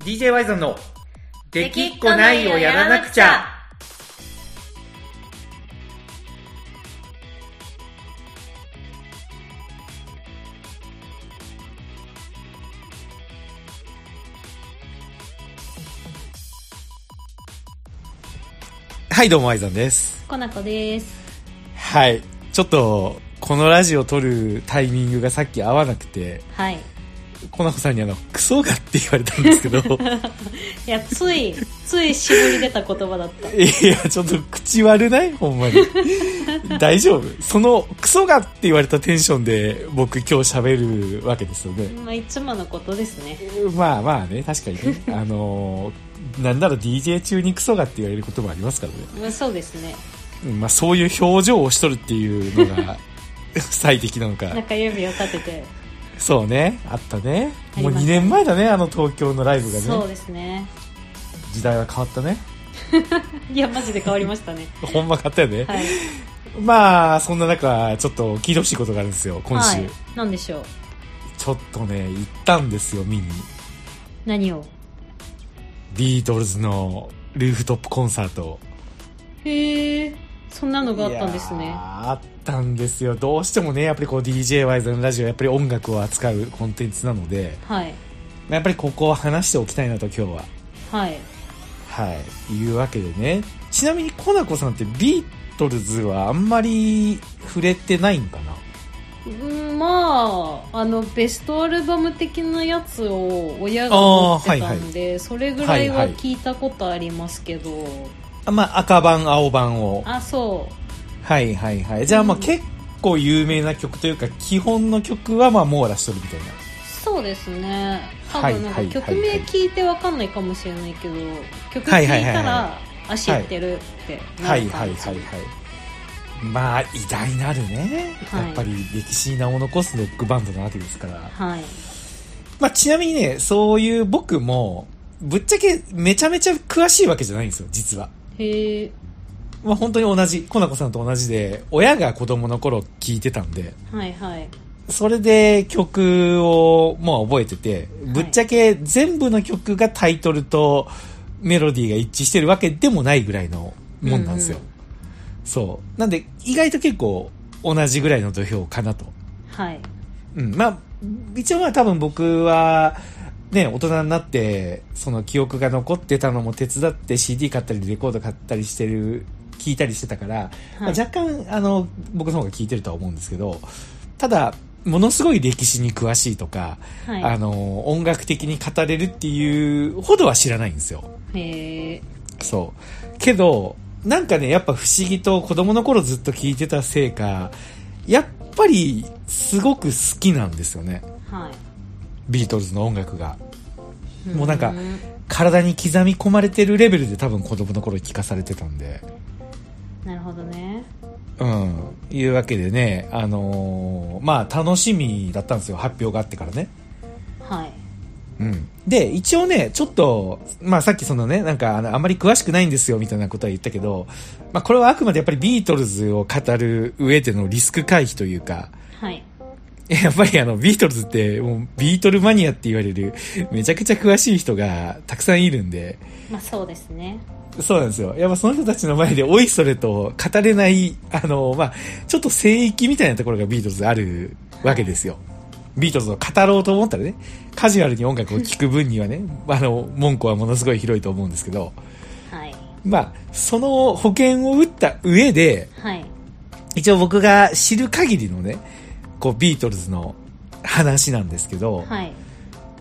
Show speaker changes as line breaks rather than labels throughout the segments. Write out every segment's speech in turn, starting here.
DJ ワイゾンの「できっこないをやらなくちゃ」
はい、どうも、アイザンです。
コナコです
はい。ちょっと、このラジオ撮るタイミングがさっき合わなくて、
はい
コナコさんにあの、クソがって言われたんですけど、
いやつ いつい絞り出た言葉だった
いや、ちょっと口悪ないほんまに。大丈夫その、クソがって言われたテンションで、僕今日喋るわけですよね。
まあいつものことですね
まあまあね、確かにね。あのーなんなら DJ 中にクソがって言われることもありますからね。
まあそうですね
うんまあそういう表情をしとるっていうのが最適なのか。
中指を立てて、
そうね、あったね。
あり
もう
ました
2年前だね、あの東京のライブが
そう
ね。
ですね
時代は変わったね。
いやマジで変わりましたね
ほんま変わったよね。
はい
まあ、そんな中、ちょっと聞いてほしいことがあるんですよ、今週。
はい何でしょう
ちょっとね、行ったんですよ、見に。
何を
ビートルズのルーフトップコンサート。
へえそんなのがあったんです
いやー
ね
あったんですよ。どうしてもね、やっぱりこう DJYZ のラジオ、やっぱり音楽を扱うコンテンツなので、
はい
やっぱりここは話しておきたいなと、今日は。
はい
はい。いうわけでね。ちなみに、コナコさんってビートルズはあんまり触れてないんかな
うんまああのベストアルバム的なやつを親が持ってたんで、それぐらいは聞いたことありますけど、
あまあ、赤版、青版を。
あそ
はいはいはい。じゃあ、まあ、
うん
結構有名な曲というか、基本の曲はまあ、網羅しとるみたいな。
うそうですね多
はい
分なん
は
か
い
曲
はいは
名
い
聞いてわかんないかもしれないけど、曲
は
聞
い
い
はいはい
た
は
らあ知ってるってな
はい
る
は
感
い
じ
はいはい。まあ、偉大なるね。
はい
やっぱり歴史に名を残すロックバンドなわけですから。
はい
まあ、ちなみにね、そういう僕も、ぶっちゃけめちゃめちゃ詳しいわけじゃないんですよ、実は。
へえ
まあ、本当に同じ、コナコさんと同じで、親が子供の頃聞いてたんで、
はいはい
それで曲をもう覚えてて、ぶっちゃけ全部の曲がタイトルとメロディーが一致してるわけでもないぐらいのもんなんですよ。
うんう
そう。なんで、意外と結構同じぐらいの土俵かなと。
はい
うん、まあ、一応まあ多分僕は、ね、大人になって、その記憶が残ってたのも手伝って CD 買ったりレコード買ったりしてる、聞いたりしてたから、まあ
はい
若干、あの、僕の方が聞いてるとは思うんですけど、ただ、ものすごい歴史に詳しいとか、あ
は
の、音楽的に語れるっていうほどは知らないんですよ。
いへえ
そう。けど、なんかね、やっぱ不思議と子供の頃ずっと聞いてたせいか、やっぱりすごく好きなんですよね。
は
ビートルズの音楽が。
い
もうなんか
ん
体に刻み込まれてるレベルで多分子供の頃聞かされてたんで。
なるほどね
うん。いうわけでね、あのーまあ楽しみだったんですよ。発表があってからね。
はい
うん。で、一応ね、ちょっと、まあさっきそのね、なんかあのあんまり詳しくないんですよみたいなことは言ったけど、まあこれはあくまでやっぱりビートルズを語る上でのリスク回避というか、
はい
やっぱりあの、ビートルズって、もうビートルマニアって言われる、めちゃくちゃ詳しい人がたくさんいるんで、
まあそうですね
そうなんですよ。やっぱその人たちの前で、おいそれと語れない、あの、まあ、ちょっと聖域みたいなところがビートルズあるわけですよ。ビートルズを語ろうと思ったらね、カジュアルに音楽を聴く分にはね、あの、文句はものすごい広いと思うんですけど、
はい
まあ、その保険を打った上で、
はい
一応僕が知る限りのね、こう、ビートルズの話なんですけど、
はい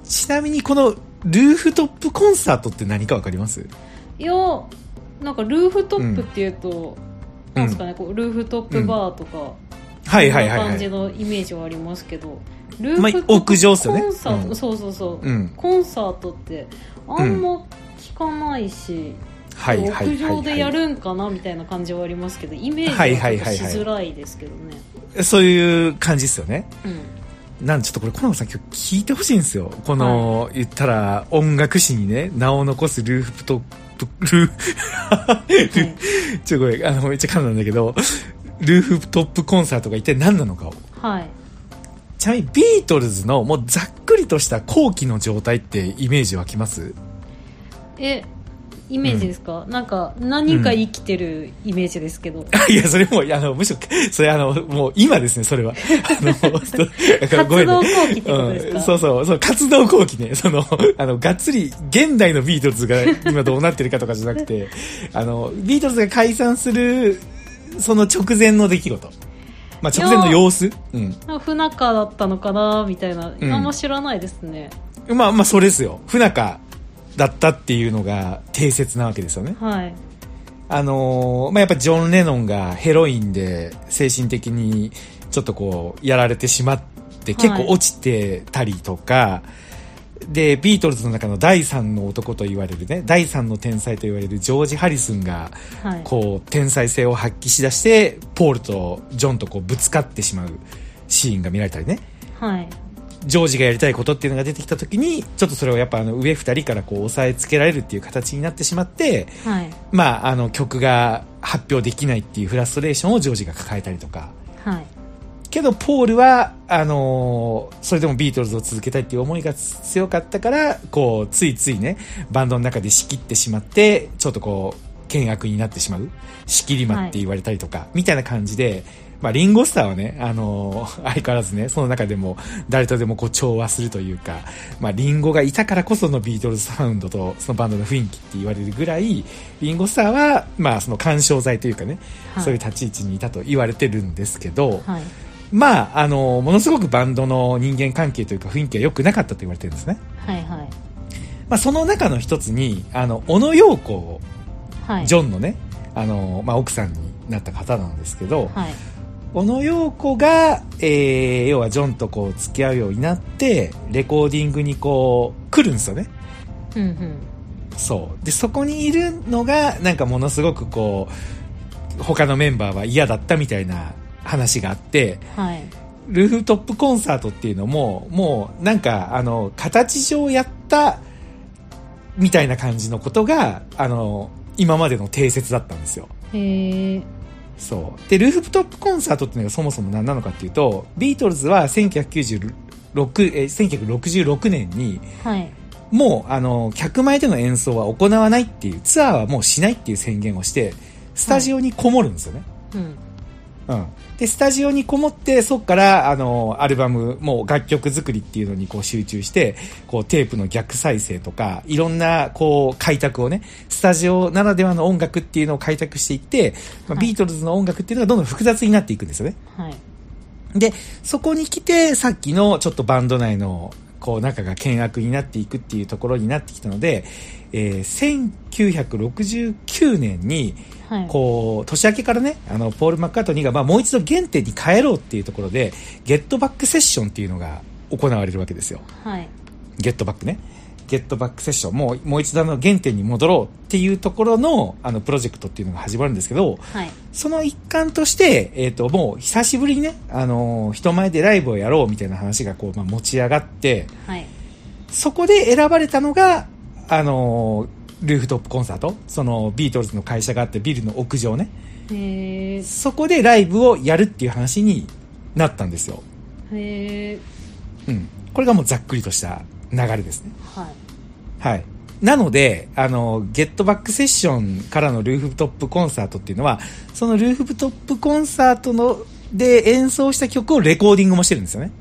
ちなみにこのルーフトップコンサートって何かわかります
いやなんかルーフトップっていうと、
うん
なんですかねこうルーフトップバーとか、
はいはいはい
こんな
は
感じ
い。
のイメージはありますけどル
まあ
ーフトップ
屋上っすよね
コンサート、
うん
そうそうそう、
うん
コンサートってあんま聞かないし、
はいはいはいはい。
屋上でやるんかなみたいな感じはありますけどイメージ
はいは
はい
はい
ちょっ
は
と
い
しづらいですけどね、
そういう感じですよね。
うん
なんでちょっとこれ、コナコさん今日聞いてほしいんですよ。この、言ったら、音楽史にね、名を残すルーフトップ、ルー、
はい
ルちょ、ごめん、あの、めっちゃ噛んだんだけど、ルーフトップコンサートが一体何なのかを。
はい
ちなみにビートルズのもうざっくりとした後期の状態ってイメージ湧きます
えイメージですか、なんか何人か生きてるイメージですけど、
いや、それも、あの、むしろ、それ、あの、もう今ですね、それは。あ の、だから ごめんね
活動後期ってことですか
うんそうそう、そう、活動後期ね。そ の、あの、がっつり、現代のビートルズが今どうなってるかとかじゃなくて、 あの、ビートルズが解散する、その直前の出来事。まあ、直前の様子。うん。
なんか不仲だったのかなみたいな、
ん
あんま知らないですね
まあ、まあ、それですよ。不仲だったっていうのが定説なわけですよね。
はい
あのーまあ、やっぱジョン・レノンがヘロインで精神的にちょっとこうやられてしまって
はい
結構落ちてたりとか、で、ビートルズの中の第三の男と言われるね、第三の天才と言われるジョージ・ハリスンが、
はい
こう、天才性を発揮しだして、ポールとジョンとこうぶつかってしまうシーンが見られたりね。
はい
ジョージがやりたいことっていうのが出てきた時に、ちょっとそれをやっぱあの上二人からこう押さえつけられるっていう形になってしまって、
はい
まあ、あの曲が発表できないっていうフラストレーションをジョージが抱えたりとか
はい
けどポールはあのーそれでもビートルズを続けたいっていう思いが強かったからこうついついねバンドの中で仕切ってしまってちょっとこう険悪になってしまう仕切り魔って言われたりとか、みたいな感じで、まあ、リンゴスターはね、あのー相変わらずねその中でも誰とでもこう調和するというか、まあ、リンゴがいたからこそのビートルズサウンドとそのバンドの雰囲気って言われるぐらいリンゴスターは、まあ、その干渉剤というかね、
はい
そういう立ち位置にいたと言われてるんですけど、
はい
まあ、あの、ものすごくバンドの人間関係というか雰囲気が良くなかったと言われてるんですね。
はいはい
まあ、その中の一つに、あの、小野陽子を、
はい
ジョンのね、あの、まあ、奥さんになった方なんですけど、
はい
小野陽子が、えー、要はジョンとこう付き合うようになって、レコーディングにこう、来るんですよね。
うんうん
そう。で、そこにいるのが、なんかものすごくこう、他のメンバーは嫌だったみたいな話があって、
はい
ルーフトップコンサートっていうのも、もうなんか、あの、形上やった、みたいな感じのことが、あの、今までの定説だったんですよ。
へえ
そう。で、ルーフトップコンサートっていうのがそもそも何なのかっていうと、ビートルズは1996、えー、1966年に、
はい
もう、あの、客前での演奏は行わないっていう、ツアーはもうしないっていう宣言をして、スタジオにこもるんですよね。
うん
うん、でスタジオにこもってそっからあのアルバムもう楽曲作りっていうのにこう集中してこうテープの逆再生とかいろんなこう開拓をねスタジオならではの音楽っていうのを開拓していって、まあ、
はい
ビートルズの音楽っていうのがどんどん複雑になっていくんですよね。
はい
で、そこに来て、さっきのちょっとバンド内の、こう、中が険悪になっていくっていうところになってきたので、えー1969年に、
はい
こう、年明けからね、あの、ポール・マッカートニーが、まあ、もう一度原点に帰ろうっていうところで、ゲットバックセッションっていうのが行われるわけですよ。
はい
ゲットバックね。ゲットバックセッション。もう、もう一度あの、原点に戻ろうっていうところの、あの、プロジェクトっていうのが始まるんですけど、
はい
その一環として、えっ、と、もう久しぶりにね、あのー人前でライブをやろうみたいな話がこう、まあ、持ち上がって、
はい
そこで選ばれたのが、あのールーフトップコンサートその、ビートルズの会社があってビルの屋上ね。
へえ
そこでライブをやるっていう話になったんですよ。
へ
う
え
ん。これがもうざっくりとした流れですね。
はい
はい。なので、あの、ゲットバックセッションからのルーフトップコンサートっていうのは、そのルーフトップコンサートの、で演奏した曲をレコーディングもしてるんですよね。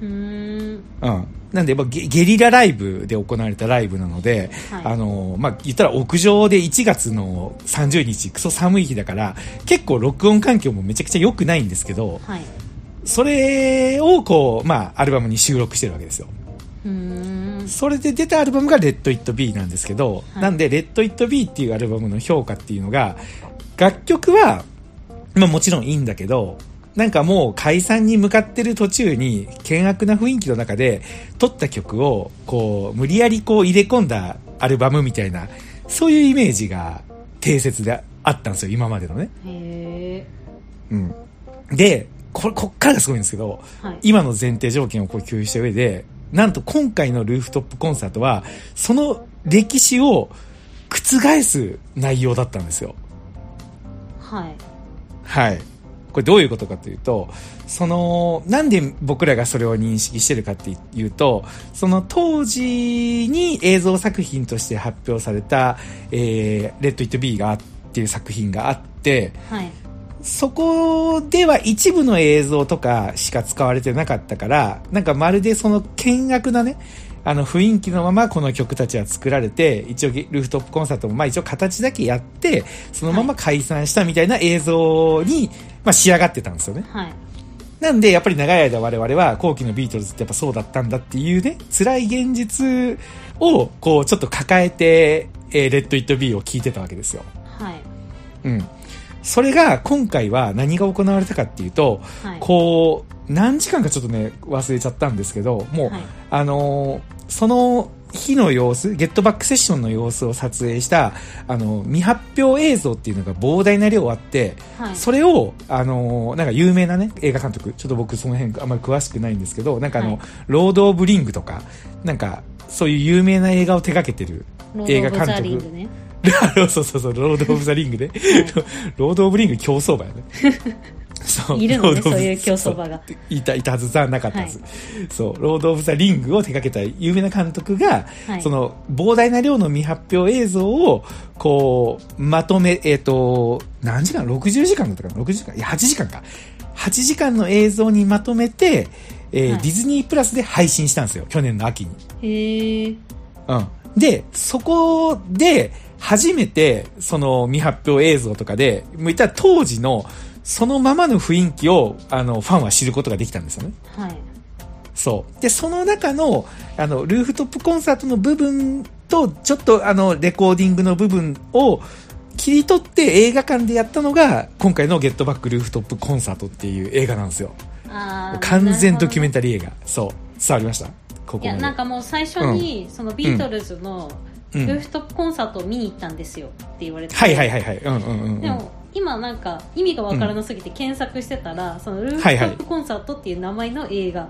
うーん
うん。なんで、まあゲゲリラライブで行われたライブなので、
はい
あの、まあ、言ったら屋上で1月の30日、クソ寒い日だから、結構録音環境もめちゃくちゃ良くないんですけど、
はい
それをこう、まあ、アルバムに収録してるわけですよ。
うーん
それで出たアルバムが「レッド・イット・ビー」なんですけど、
はい
なんで「レッド・イット・ビー」っていうアルバムの評価っていうのが楽曲は、まあ、もちろんいいんだけどなんかもう解散に向かってる途中に険悪な雰囲気の中で撮った曲をこう無理やりこう入れ込んだアルバムみたいなそういうイメージが定説であったんですよ今までのね。
へえ
うん、でこれこっからがすごいんですけど
はい
今の前提条件をこう共有した上で、なんと今回のルーフトップコンサートは、その歴史を覆す内容だったんですよ。
はい
はい。これどういうことかというと、その、なんで僕らがそれを認識してるかっていうと、その当時に映像作品として発表された、えー、レッド・イット・ビーがっていう作品があって、
はい
そこでは一部の映像とかしか使われてなかったから、なんかまるでその険悪なね、あの雰囲気のままこの曲たちは作られて、一応ルーフトップコンサートもまあ一応形だけやって、そのまま解散したみたいな映像に、まあ仕上がってたんですよね。
はい。
なんでやっぱり長い間我々は後期のビートルズってやっぱそうだったんだっていうね、辛い現実をこうちょっと抱えて、えー、レッド・イット・ビーを聴いてたわけですよ。
はい。
うん。それが今回は何が行われたかっていうと、
はい
こう、何時間かちょっとね、忘れちゃったんですけど、もう、
はい
あのーその日の様子、ゲットバックセッションの様子を撮影した、あのー未発表映像っていうのが膨大な量あって、
はい。
それを、あのーなんか有名なね、映画監督、ちょっと僕その辺あんまり詳しくないんですけど、なんかあの、
はい
ロード・オブ・リングとか、なんか、そういう有名な映画を手掛けてる
ロ
映
ー
画
ド・オブ・ザ・
監
リン
督
グ。ね。
そうそうそう、ロード・オブ・ザ・リングね。ロード・オブ・リング競走馬や ね。 そ
いるの
ロ
ね
ードオブ
そういう競走馬が
そういた、いたはずさ、なかったはず。そう、ロード・オブ・ザ・リングを手掛けた有名な監督が、
はい
その、膨大な量の未発表映像を、こう、まとめ、えっ、と、何時間 ?60 時間だったかな ?60 時間いや、8時間か。8時間の映像にまとめて、えー
はい
ディズニープラスで配信したんですよ。去年の秋に。
へえ。
うん。で、そこで、初めて、その未発表映像とかで、もういったら当時の、そのままの雰囲気を、あの、ファンは知ることができたんですよね。
はい。
そう。で、その中の、あの、ルーフトップコンサートの部分と、ちょっと、あの、レコーディングの部分を、切り取って映画館でやったのが、今回のゲットバックルーフトップコンサートっていう映画なんですよ。
あー
完全ドキュメン
な
タ
る
リー映画。そう。伝わりましたここま
ほどい
で。
や、なんかもう最初に、そのビートルズの、
う
ルー
ん。
フトップコンサートを見に行ったんですよって言われて、
はいはいはいはい。うんうんうんうん。
でも今なんか意味がわからなすぎて検索してたら、そのルーフト
はいはい
ップコンサートっていう名前の映画っ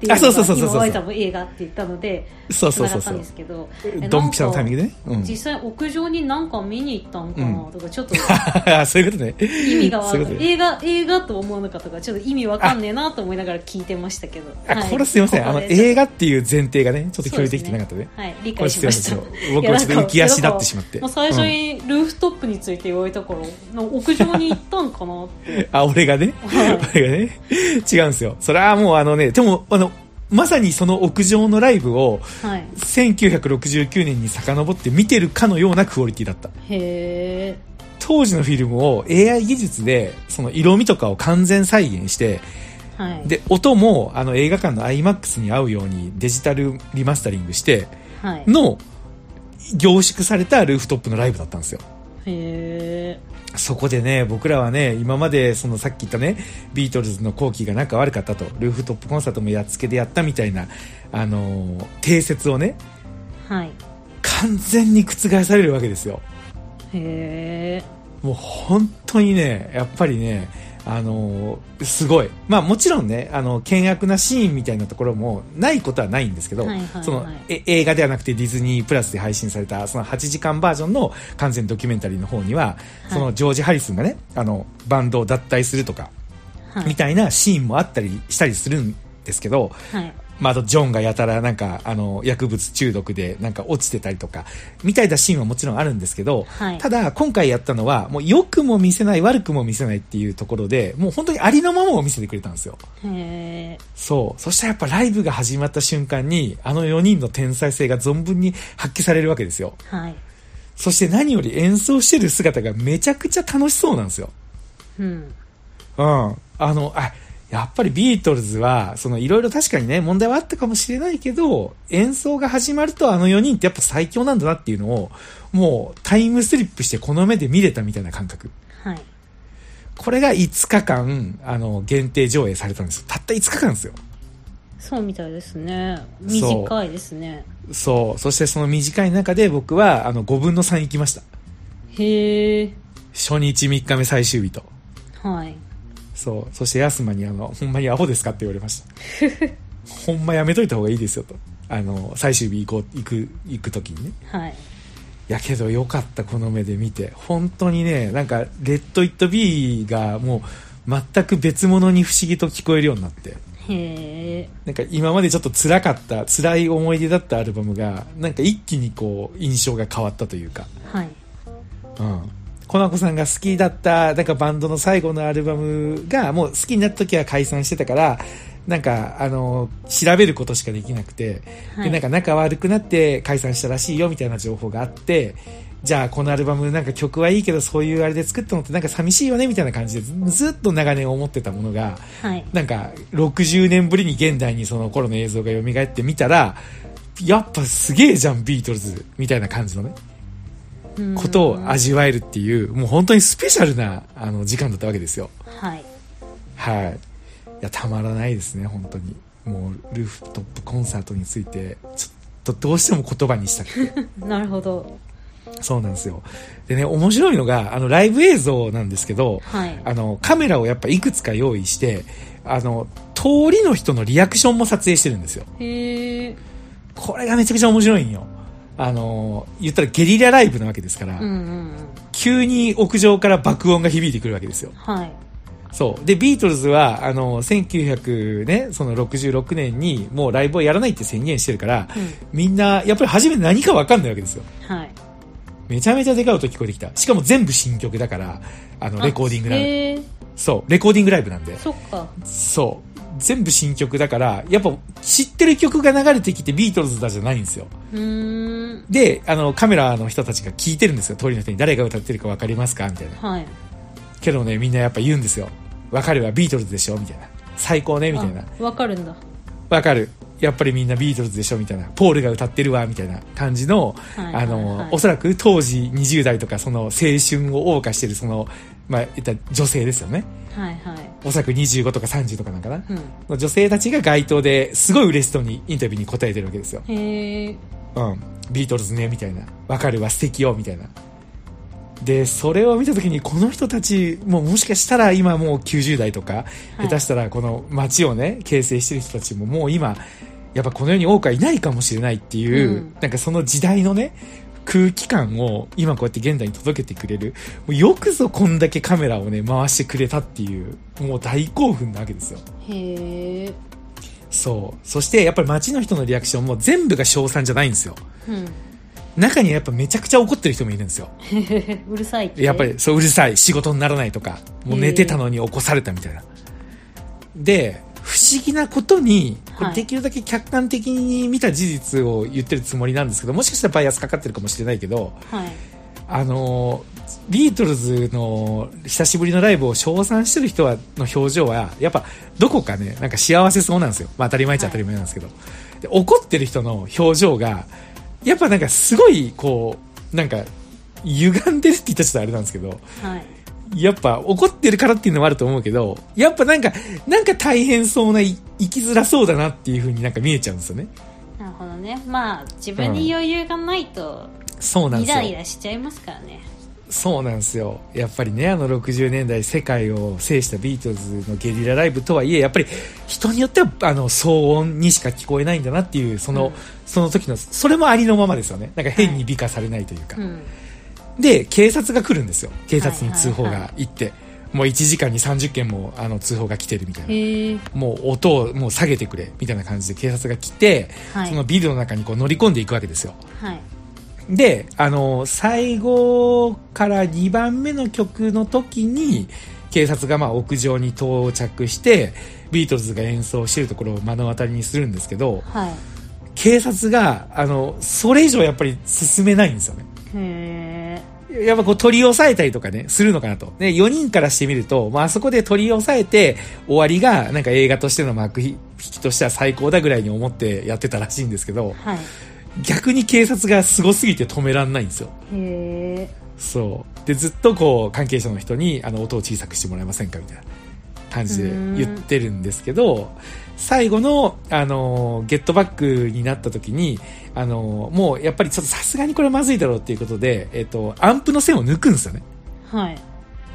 ていうの
あそうそうそうそうそう
今ワイさんも映画って言ったので
そうそう
繋
そうそ
がったん
う
で。すけどえ
ドンピシャのタイミングでね。う
なんんか実際屋上に何か見に行ったんかなとか、ちょっと
そういうことね。
意味がわか
そうんいう
な
こと
い
ね
映画映画と思わなかったからちょっと意味わかんねえなと思いながら聞いてましたけど
あ、
はい
これすいません。あ
こ
の、
こでちょっ
映画っていう前提がね、ちょっと共有できてなかったね。
とはい理
これ
解
す
し
いま
まし
せ
た
ん。僕はちょっと浮き足立ってしまって
もう。最初
うん
にルーフトップについて言われたから、なんか屋上に行ったんかなって。
あ、俺がね。
は
俺がね。違うんですよ。それはもうあのね、でも、あの、まさにその屋上のライブを
はい。
1969年に遡って見てるかのようなクオリティだった。
へ
当時のフィルムを AI 技術で、その色味とかを完全再現して、
ー。はい。
で、音も、あの、映画館の IMAX に合うようにデジタルリマスタリングして、
はい。
の、凝縮されたルーフトップのライブだったんですよ。
へ
そこでね、僕らはね、今まで、そのさっき言ったね、ビートルズの後期が仲悪かったと、ルーフトップコンサートもやっつけでやったみたいな、あのー定説をね、
ー。はい。
完全に覆されるわけですよ。
へ
もう本当にね、やっぱりね、あのーすごい。まあもちろんね、あの、険悪なシーンみたいなところもないことはないんですけど、
はいはいはい
そのえ映画ではなくてディズニープラスで配信された、その8時間バージョンの完全ドキュメンタリーの方には、そのジョージ・ハリスンがね、あの、バンドを脱退するとか、
ー。は
み
い。
たいなシーンもあったりしたりするんですけど、
はい。
まあ、あと、ジョンがやたら、なんか、あの、薬物中毒で、なんか落ちてたりとか、みたいなシーンはもちろんあるんですけど、
はい
ただ、今回やったのは、もう良くも見せない、悪くも見せないっていうところで、もう本当にありのままを見せてくれたんですよ。
へ
そう。そしたらやっぱライブが始まった瞬間に、あの4人の天才性が存分に発揮されるわけですよ。
ー。はい。
そして何より演奏してる姿がめちゃくちゃ楽しそうなんですよ。
うん。
うん。あの、あ、やっぱりビートルズは、そのいろいろ確かにね、問題はあったかもしれないけど、演奏が始まるとあの4人ってやっぱ最強なんだなっていうのを、もうタイムスリップしてこの目で見れたみたいな感覚。
はい。
これが5日間、あの、限定上映されたんですよ。たった5日間ですよ。
そうみたいですね。
そう
短いですね。
そう。そしてその短い中で僕は、あの、5分の3行きました。
へー。
初日3日目最終日と。
はい。
そう。そして、安間に、あの、ほんまにアホですかって言われました。 ほんまやめといた方がいいですよと。あの、最終日行こう、行く、行く時にね。
はい。
いやけどよかった、この目で見て。本当にね、なんか、レッド・イット・ビーがもう、全く別物に不思議と聞こえるようになって
へえ
なんか今までちょっと辛かった辛い思い出だったアルバムがなんか一気にこう印象が変わったというか
はい
うんコナコさんが好きだったなんかバンドの最後のアルバムがもう好きになった時は解散してたからなんかあの調べることしかできなくて、
は
でなん
い
か仲悪くなって解散したらしいよみたいな情報があってじゃあこのアルバムなんか曲はいいけどそういうあれで作ったのってなんか寂しいよねみたいな感じでずずっと長年思ってたものが
はい
なんか60年ぶりに現代にその頃の映像が蘇ってみたらやっぱすげえじゃんビートルズみたいな感じのね
うん
ことを味わえるっていうもう本当にスペシャルなあの時間だったわけですよ
はい
はいいやたまらないですね本当にもうルーフトップコンサートについてちょっとどうしても言葉にしたく て
なるほど
そうなんですよ。でね、面白いのが、あの、ライブ映像なんですけど、
はい
あの、カメラをやっぱいくつか用意して、あの、通りの人のリアクションも撮影してるんですよ。
へえ
これがめちゃくちゃ面白いんよ。あの、言ったらゲリラライブなわけですから、
うんうんうん
急に屋上から爆音が響いてくるわけですよ。
はい
そう。で、ビートルズは、あの、1900ね、その66年にもうライブをやらないって宣言してるから、
うん
みんな、やっぱり初め何かわかんないわけですよ。
はい
めちゃめちゃでかい音聞こえてきた。しかも全部新曲だから、あの、レコーディングライ
へえ
ブ。そう、レコーディングライブなんで。
そっか
そう。全部新曲だから、やっぱ知ってる曲が流れてきてビートルズだじゃないんですよ。
うーん
で、あの、カメラの人たちが聞いてるんですよ。通りの人に誰が歌ってるかわかりますかみたいな。
はい
けどね、みんなやっぱ言うんですよ。わかるわ、ビートルズでしょみたいな。最高ねみたいな。
あわかるんだ
わかる。やっぱりみんなビートルズでしょみたいな。ポールが歌ってるわ、みたいな感じの、
は
あ
いはいはい
の、おそらく当時20代とかその青春を謳歌してるその、まあ、言ったら女性ですよね。
はいはい
おそらく25とか30とかなんかな。
うん
の女性たちが街頭ですごい嬉しそうにインタビューに答えてるわけですよ。
へえ
うん。ビートルズね、みたいな。わかるわ、素敵よ、みたいな。で、それを見たときに、この人たち、もうもしかしたら今もう90代とか、
はい
下手したらこの街をね、形成してる人たちももう今、やっぱこの世に多くはいないかもしれないっていう、
うん
なんかその時代のね、空気感を今こうやって現代に届けてくれる。もうよくぞこんだけカメラをね、回してくれたっていう、もう大興奮なわけですよ。
へえ
そう。そしてやっぱり街の人のリアクションも全部が称賛じゃないんですよ。
うん
中にはやっぱめちゃくちゃ怒ってる人もいるんですよ。
うるさいって
やっぱりそううるさい、仕事にならないとか、もう寝てたのに起こされたみたいな。で、不思議なことに、こ
は
れ
い
できるだけ客観的に見た事実を言ってるつもりなんですけど、もしかしたらバイアスかかってるかもしれないけど、
はい
あのー、ビートルズの久しぶりのライブを称賛してる人はの表情は、やっぱどこかね、なんか幸せそうなんですよ。まあ当たり前っちゃ当たり前なんですけど。で怒ってる人の表情が、やっぱなんかすごい、こう、なんか、歪んでるって言ったらちょっとあれなんですけど、
はい
やっぱ怒ってるからっていうのもあると思うけど、やっぱなんか、なんか大変そうな、い生きづらそうだなっていう風になんか見えちゃうんですよね。
なるほどねまあ自分に余裕がないと
そうなん
イ
ですよ。
ライラしちゃいますからね
そうなんですよ。やっぱりね、あの60年代世界を制したビートルズのゲリラライブとはいえ、やっぱり人によってはあの騒音にしか聞こえないんだなっていう、その、
うん
その時の、それもありのままですよね。なんか変に美化されないというか。
うん
で、警察が来るんですよ。警察に通報
はいはい
が行って。もう1時間に30件もあの通報が来てるみたいな。
へえ
もう音をもう下げてくれ、みたいな感じで警察が来て、
はい
そのビルの中にこう乗り込んでいくわけですよ。
はい
で、あの、最後から2番目の曲の時に、警察がまあ屋上に到着して、ビートルズが演奏してるところを目の当たりにするんですけど、
はい
警察が、あの、それ以上やっぱり進めないんですよね。
へえ
やっぱこう取り押さえたりとかね、するのかなと。ね、4人からしてみると、まああそこで取り押さえて終わりが、なんか映画としての幕引きとしては最高だぐらいに思ってやってたらしいんですけど、
はい
逆に警察がすごすぎて止めらんないんですよ。
へえ
そう。で、ずっとこう、関係者の人に、あの、音を小さくしてもらえませんかみたいな感じで言ってるんですけど、最後の、あの、ゲットバックになった時に、あの、もうやっぱりちょっとさすがにこれまずいだろうっていうことで、えっと、アンプの線を抜くんですよね。
はい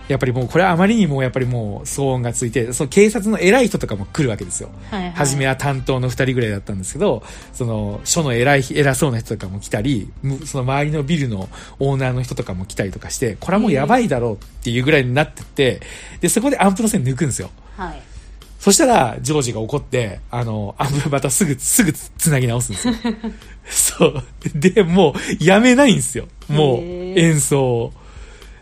やっぱりもうこれはあまりにもやっぱりもう騒音がついて、その警察の偉い人とかも来るわけですよ。
はいはい。
初めは担当の2人ぐらいだったんですけど、その署の偉い、偉そうな人とかも来たり、むその周りのビルのオーナーの人とかも来たりとかして、これはもうやばいだろうっていうぐらいになってって、で、そこでアンプの線抜くんですよ。
はい。
そしたら、ジョージが怒って、あの、アンプまたすぐ、すぐつつなぎ直すんですよ。 そう。で、もう、やめないんですよ。もう
へ、ー
演奏を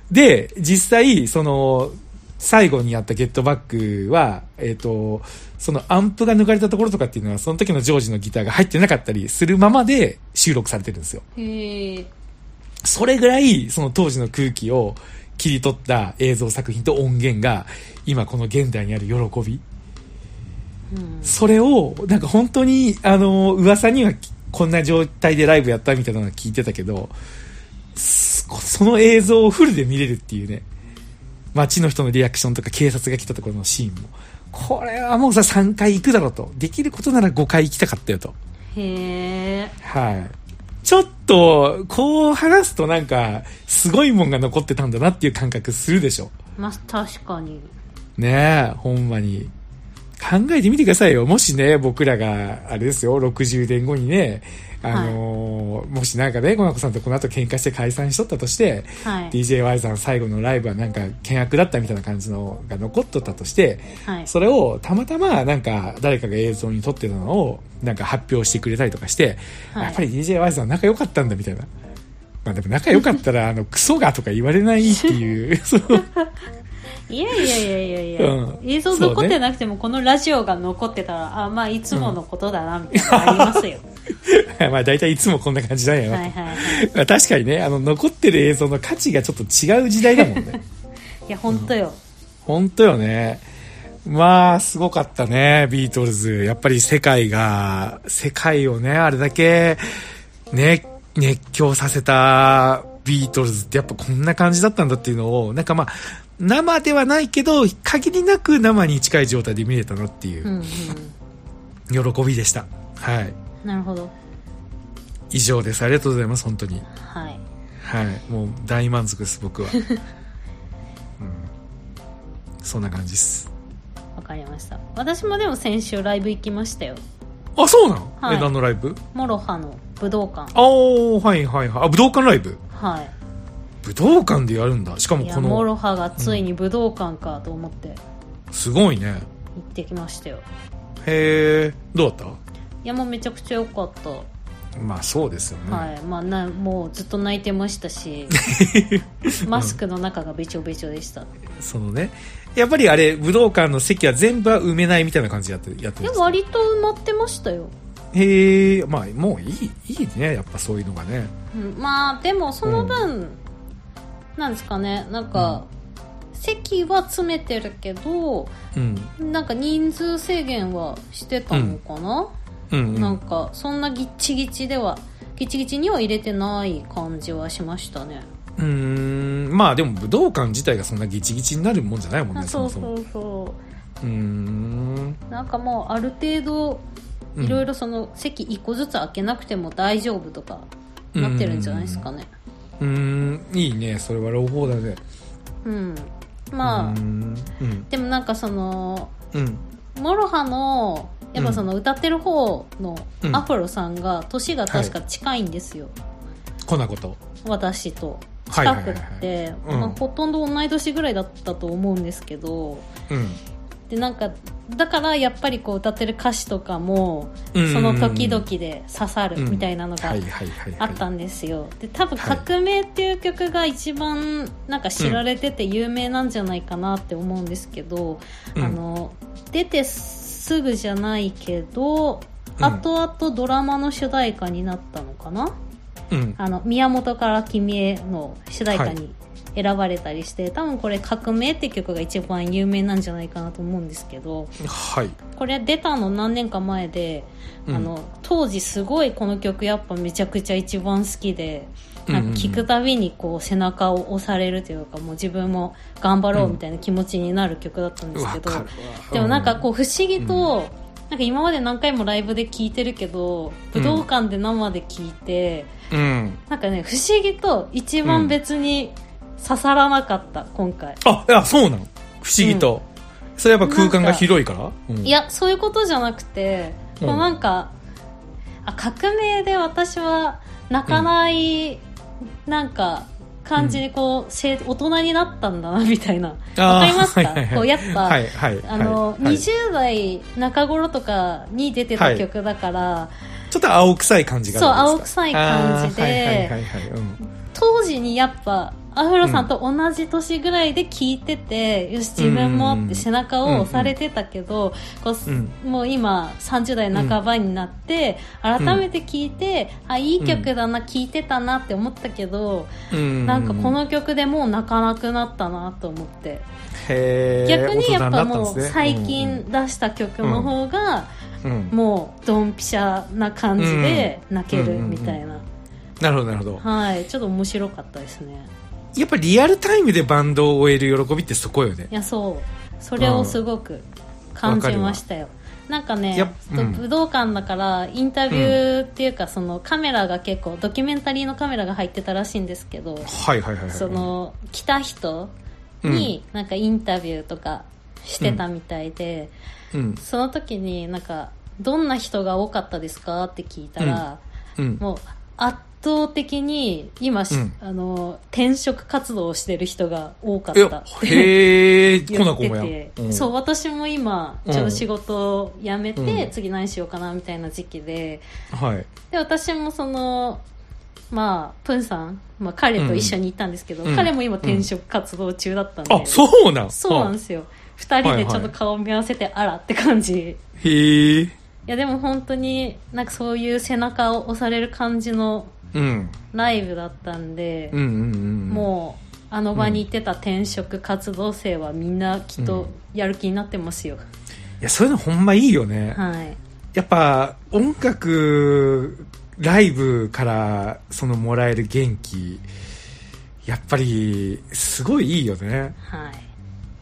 で、実際、その、最後にやったゲットバックは、えっ、と、そのアンプが抜かれたところとかっていうのは、その時のジョージのギターが入ってなかったりするままで収録されてるんですよ。
へえ。
それぐらい、その当時の空気を切り取った映像作品と音源が、今この現代にある喜び。
うん。
それを、なんか本当に、あの、噂にはきこんな状態でライブやったみたいなのは聞いてたけど、すその映像をフルで見れるっていうね、街の人のリアクションとか警察が来たところのシーンも、これはもうさ、3回行くだろうと。できることなら5回行きたかったよと。
へえ。
はい。ちょっと、こう話すとなんか、すごいもんが残ってたんだなっていう感覚するでしょ。
まあ、確かに。
ねえ、ほんまに。考えてみてくださいよ。もしね、僕らが、あれですよ、60年後にね、あのーもしなんかね、コナコさんとこの後喧嘩して解散しとったとして、
はい。
DJY さん最後のライブはなんか険悪だったみたいな感じのが残っとったとして、
はい。
それをたまたまなんか誰かが映像に撮ってたのをなんか発表してくれたりとかして、
はい
やっぱり DJY さん仲良かったんだみたいな。まあでも仲良かったら、あの、クソがとか言われないって いう、その
いやいやいやいやいや、
うん
映像残ってなくても、このラジオが残ってたら、あ、まあ、いつものことだな、みたいなのありますよ。
まあ大体いつもこんな感じなんやなと
はいはいはい。
まあ確かにねあの残ってる映像の価値がちょっと違う時代だもんね
いや、本当よ。
本当よねまあすごかったねビートルズやっぱり世界が世界をねあれだけね熱狂させたビートルズってやっぱこんな感じだったんだっていうのをなんかまあ生ではないけど限りなく生に近い状態で見れたなってい
うん
う
うん。
喜びでした、はい
なるほど。
以上ですありがとうございます本当に
はい。
はい、もう大満足です 僕は、うん、そんな感じです
わかりました。私もでも先週ライブ行きましたよ。
あそうなの、
はい
え何のライブ
モロハの武道館。
ああはいはいはいあ武道館ライブ
はい。
武道館でやるんだしかも
いや
こ
モ
の
ロハがついに武道館かと思って行
すごいね
ってきましたよ、
へえどうだっ
いやもうめちゃくちゃ良かった、
たまあそうですよね、
はいまあなもうずっと泣いてまし たしマスクの中がべちょべちょでした、
そのねやっぱりあれ武道館の席は全部は埋めないみたいな感じでやってやってるん
で
で
も
すか
割と埋まってましたよ、
へえまあもういいいいねやっぱそういうのがね
うん、まあでもその分、なんですかねなんか、席は詰めてるけど
うん
なんか人数制限はしてたのかな、
うんう
なん
ん
かそんなギッチギチではギチギチには入れてない感じはしましたね
うーんまあでも武道館自体がそんなギチギチになるもんじゃないもん
あ
ね
そう
そもそも
そうそう
ーん
うなんかもうある程度
うん
いろいろその席一個ずつ開けなくても大丈夫とか
うん
なってるんじゃないですかね
うーんいいねそれは朗報だね
うん、まあ
うーんうん
でもなんかその
うん
モロハのやっぱその歌ってる方の
うん
アフロさんが年が確か近いんですよ、
こんなこと
私と
はい
近
はいは
く
いはい
って
うん
まあほとんど同い年ぐらいだったと思うんですけど
うん
でなんかだからやっぱりこう歌ってる歌詞とかも
うん
その時々で刺さるみたいなのが
はいはいはいはい
あったんですよで多分「革命」っていう曲が一番なんか知られてて有名なんじゃないかなって思うんですけど、
うん
あの出てすぐじゃないけど
うん
後々ドラマの主題歌になったのかな、
うん
あの宮本から君への主題歌に選ばれたりして、多分これ「革命」って曲が一番有名なんじゃないかなと思うんですけど
はい
これ出たの何年か前で、
うん
あの当時すごいこの曲やっぱめちゃくちゃ一番好きでなんか聴くたびにこう背中を押されるというかもう自分も頑張ろうみたいな気持ちになる曲だったんです
わ
けど、
かるわ
でもなんかこう不思議と、なんか今まで何回もライブで聴いてるけど武道館で生で聴いて、
うん
なんかね不思議と一番別に刺さらなかった今回
あ、いや、そうなの。不思議と。それやっぱ空間が広いからうん
いやそういうことじゃなくて、
うん
こうなんかあ革命で私は泣かない、なんか感じにこう、せ大人になったんだな みたいなわ
あー
かりますか、
はいはいはい
こうやっぱ、
はい、はい。
あの、
はいはいち
20代中頃とかに出てた曲だから、
ょっと青臭い感じがあるんですか。
そう青臭い感じで
あーはいはいはいはい。うん
当時にやっぱアフロさんと同じ年ぐらいで聞いてて、よし自分も
うん
って背中を押されてたけど、こう
うん
もう今30代半ばになって、改めて聞いて、あいい曲だな聴、いてたなって思ったけど、
うん
なんかこ、の曲でもう泣かなくなったなと思って、
へー
逆にやっぱ
大人になた
も
ん
う
ですね
最近出した曲の方が、
うんうんうん
もうドンピシャな感じで泣けるみたいな、
なるほど、なるほど。
はいちょっと面白かったですね。
やっぱリアルタイムでバンドを終える喜びってそこよね
い。やそうそれをすごく感じましたよ、なんかね
やっ
ちょっと
うん
武道館だからインタビューっていうか、そのカメラが結構ドキュメンタリーのカメラが入ってたらしいんですけど、
はいはいはいはい。
その来た人になんかインタビューとかしてたみたいで、
うん、
その時になんかどんな人が多かったですかって聞いたら、
うん。
もう圧倒的に今し、
うん
あの転職活動をしてる人が多かっ
え
たって
へえ、
言
こな
っ
こ
て
もや
て、そう私も今
うん
ちょっと仕事を辞めて、
うん
次何しようかなみたいな時期で
うん。はい。
で私もそのまあプンさん、まあ、彼と一緒に行ったんですけど、
うん
彼も今転職活動中だったんで、
あ、そうなん。
そうなんですすよ2人でちょっと顔を見合わせてあらって感じ、い
へえ。
やでも本当になんかそういう背中を押される感じの
うん。
ライブだったんで、
うんうんうん。
もうあの場に行ってた転職活動生はみんなきっとやる気になってますよ、
いや、そういうのほんまいいよね。
はい
やっぱ、音楽、ライブから、そのもらえる元気、やっぱり、すごいいいよね。
はい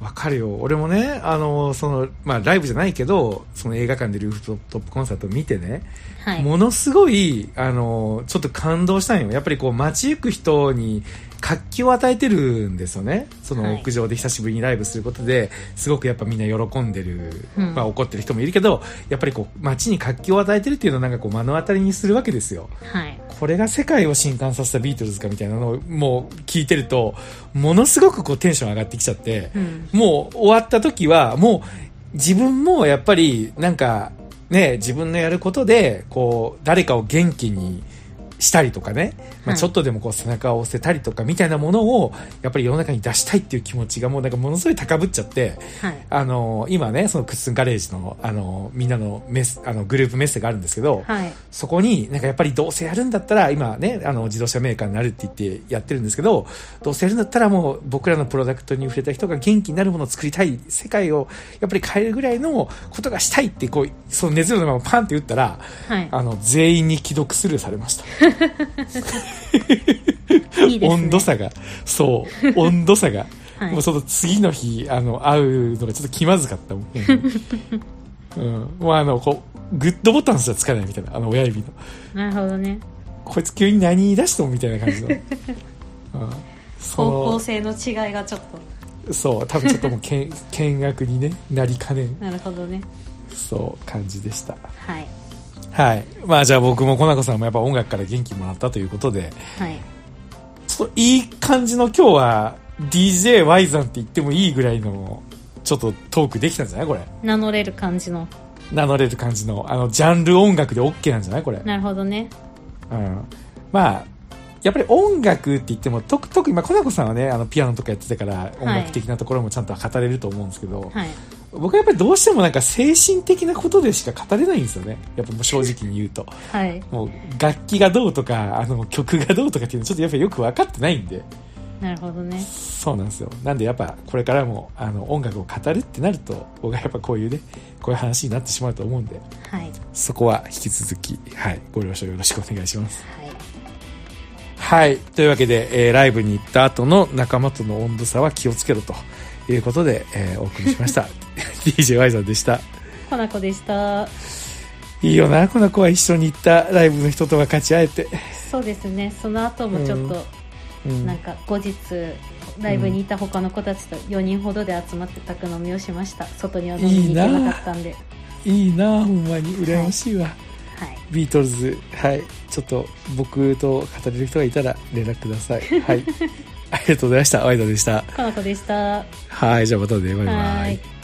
わかるよ。俺もね、あの、その、まあ、ライブじゃないけど、その映画館でルーフトップコンサートを見てね、
はい
ものすごい、あの、ちょっと感動したんよ。やっぱりこう、街行く人に活気を与えてるんですよね。そ
は
の
い
屋上で久しぶりにライブすることで、すごくやっぱみんな喜んでる、
うん
まあ怒ってる人もいるけど、やっぱりこう、街に活気を与えてるっていうのをなんかこう、目の当たりにするわけですよ。
はい
これが世界を震撼させたビートルズかみたいなのをもう聞いてると、ものすごくこう、テンション上がってきちゃって、
うん
もう終わった時は、もう自分もやっぱりなんかね、自分のやることで、こう、誰かを元気にしたりとかね、ま
は
あ、
い
ちょっとでもこう背中を押せたりとかみたいなものを、やっぱり世の中に出したいっていう気持ちがもうなんかものすごい高ぶっちゃって、
はい
あの、今ね、そのクッスンガレージの、あの、みんなのメス、あの、グループメッセがあるんですけど、
はい
そこに、なんかやっぱりどうせやるんだったら、今ね、あの自動車メーカーになるって言ってやってるんですけど、どうせやるんだったらもう僕らのプロダクトに触れた人が元気になるものを作りたい、世界をやっぱり変えるぐらいのことがしたいって、こう、その熱量のままパンって打ったら、
はい
あの、全員に既読スルーされました。
いいですね
温度差が。そう、温度差が。
はい
もうその次の日、あの、会うのがちょっと気まずかったもん。 うん。もうあの、こう、グッドボタンすらつかないみたいな、あの、親指の。
なるほどね
こいつ急に何言い出したのみたいな感じ の。うん、そ
方向
の
性の違いがちょっと
そう多分ちょっともう けん見悪に、ね、なりかねん
なるほどね
そう感じでした
はい
はいまあじゃあ僕もコナコさんもやっぱ音楽から元気もらったということで
はい
ちょっといい感じの今日は DJY さんって言ってもいいぐらいのちょっとトークできたんじゃないこれ
名乗れる感じの
名乗れる感じのあのジャンル音楽で OK なんじゃないこれ
なるほどね
うんまあやっぱり音楽って言ってもと特に、まあ、コナコさんはねあのピアノとかやってたから音楽的なところもちゃんと語れると思うんですけど、
はい
僕はやっぱりどうしてもなんか精神的なことでしか語れないんですよねやっぱもう正直に言うと
はい
もう楽器がどうとかあの曲がどうとかっていうのちょっとやっぱよく分かってないんで
なるほどね
そうなんですよなんでやっぱこれからもあの音楽を語るってなると僕はやっぱこういうねこういう話になってしまうと思うんで
はい
そこは引き続き、はい、ご了承よろしくお願いします
はい
はい。というわけで、えーライブに行った後の仲間との温度差は気をつけろということで、えーお送りしました。DJY さんでした。
コナコでした
いいよな、この子は一緒に行ったライブの人と分かち合えて。
そうですねその後もちょっと
うん
なんか後日ライブにいた他の子たちと4人ほどで集まって宅飲みをしました外には飲みに行けなかったんで
いいなあほんまに羨ましいわ、
はい
ビートルズはいちょっと僕と語れる人がいたら連絡くださ いはいありがとうございましたワイドでした
かなこでした
はいじゃあまたねバイバイ
はい